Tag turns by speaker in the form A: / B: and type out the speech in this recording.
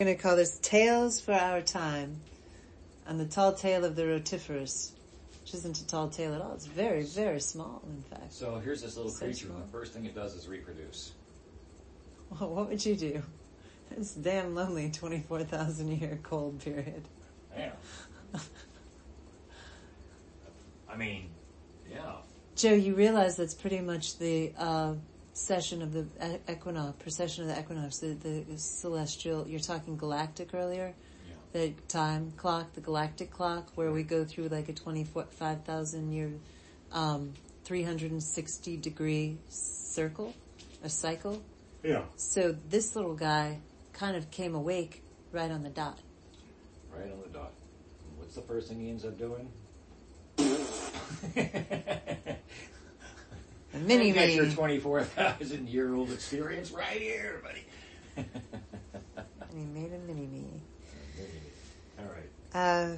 A: We're going to call this Tales for Our Time on the tall tale of the rotiferous, which isn't a tall tale at all. It's very, very small, in fact.
B: So here's this little
A: So
B: creature,
A: small.
B: and the first thing it does is reproduce.
A: Well, what would you do? It's a damn lonely 24,000 year cold period.
B: Yeah. I mean, yeah.
A: Joe, you realize that's pretty much the uh, session of the e- equinox, precession of the equinox, the, the celestial, you're talking galactic earlier,
B: Yeah.
A: the time clock, the galactic clock, where we go through like a 25,000 year, um, 360 degree circle, a cycle.
C: Yeah.
A: So this little guy kind of came awake right on the dot.
B: Right on the dot. What's the first thing he ends up doing?
A: A mini
B: Get your
A: me.
B: 24,000 year old experience right here, buddy.
A: And he made a mini me.
B: All right.
A: Uh,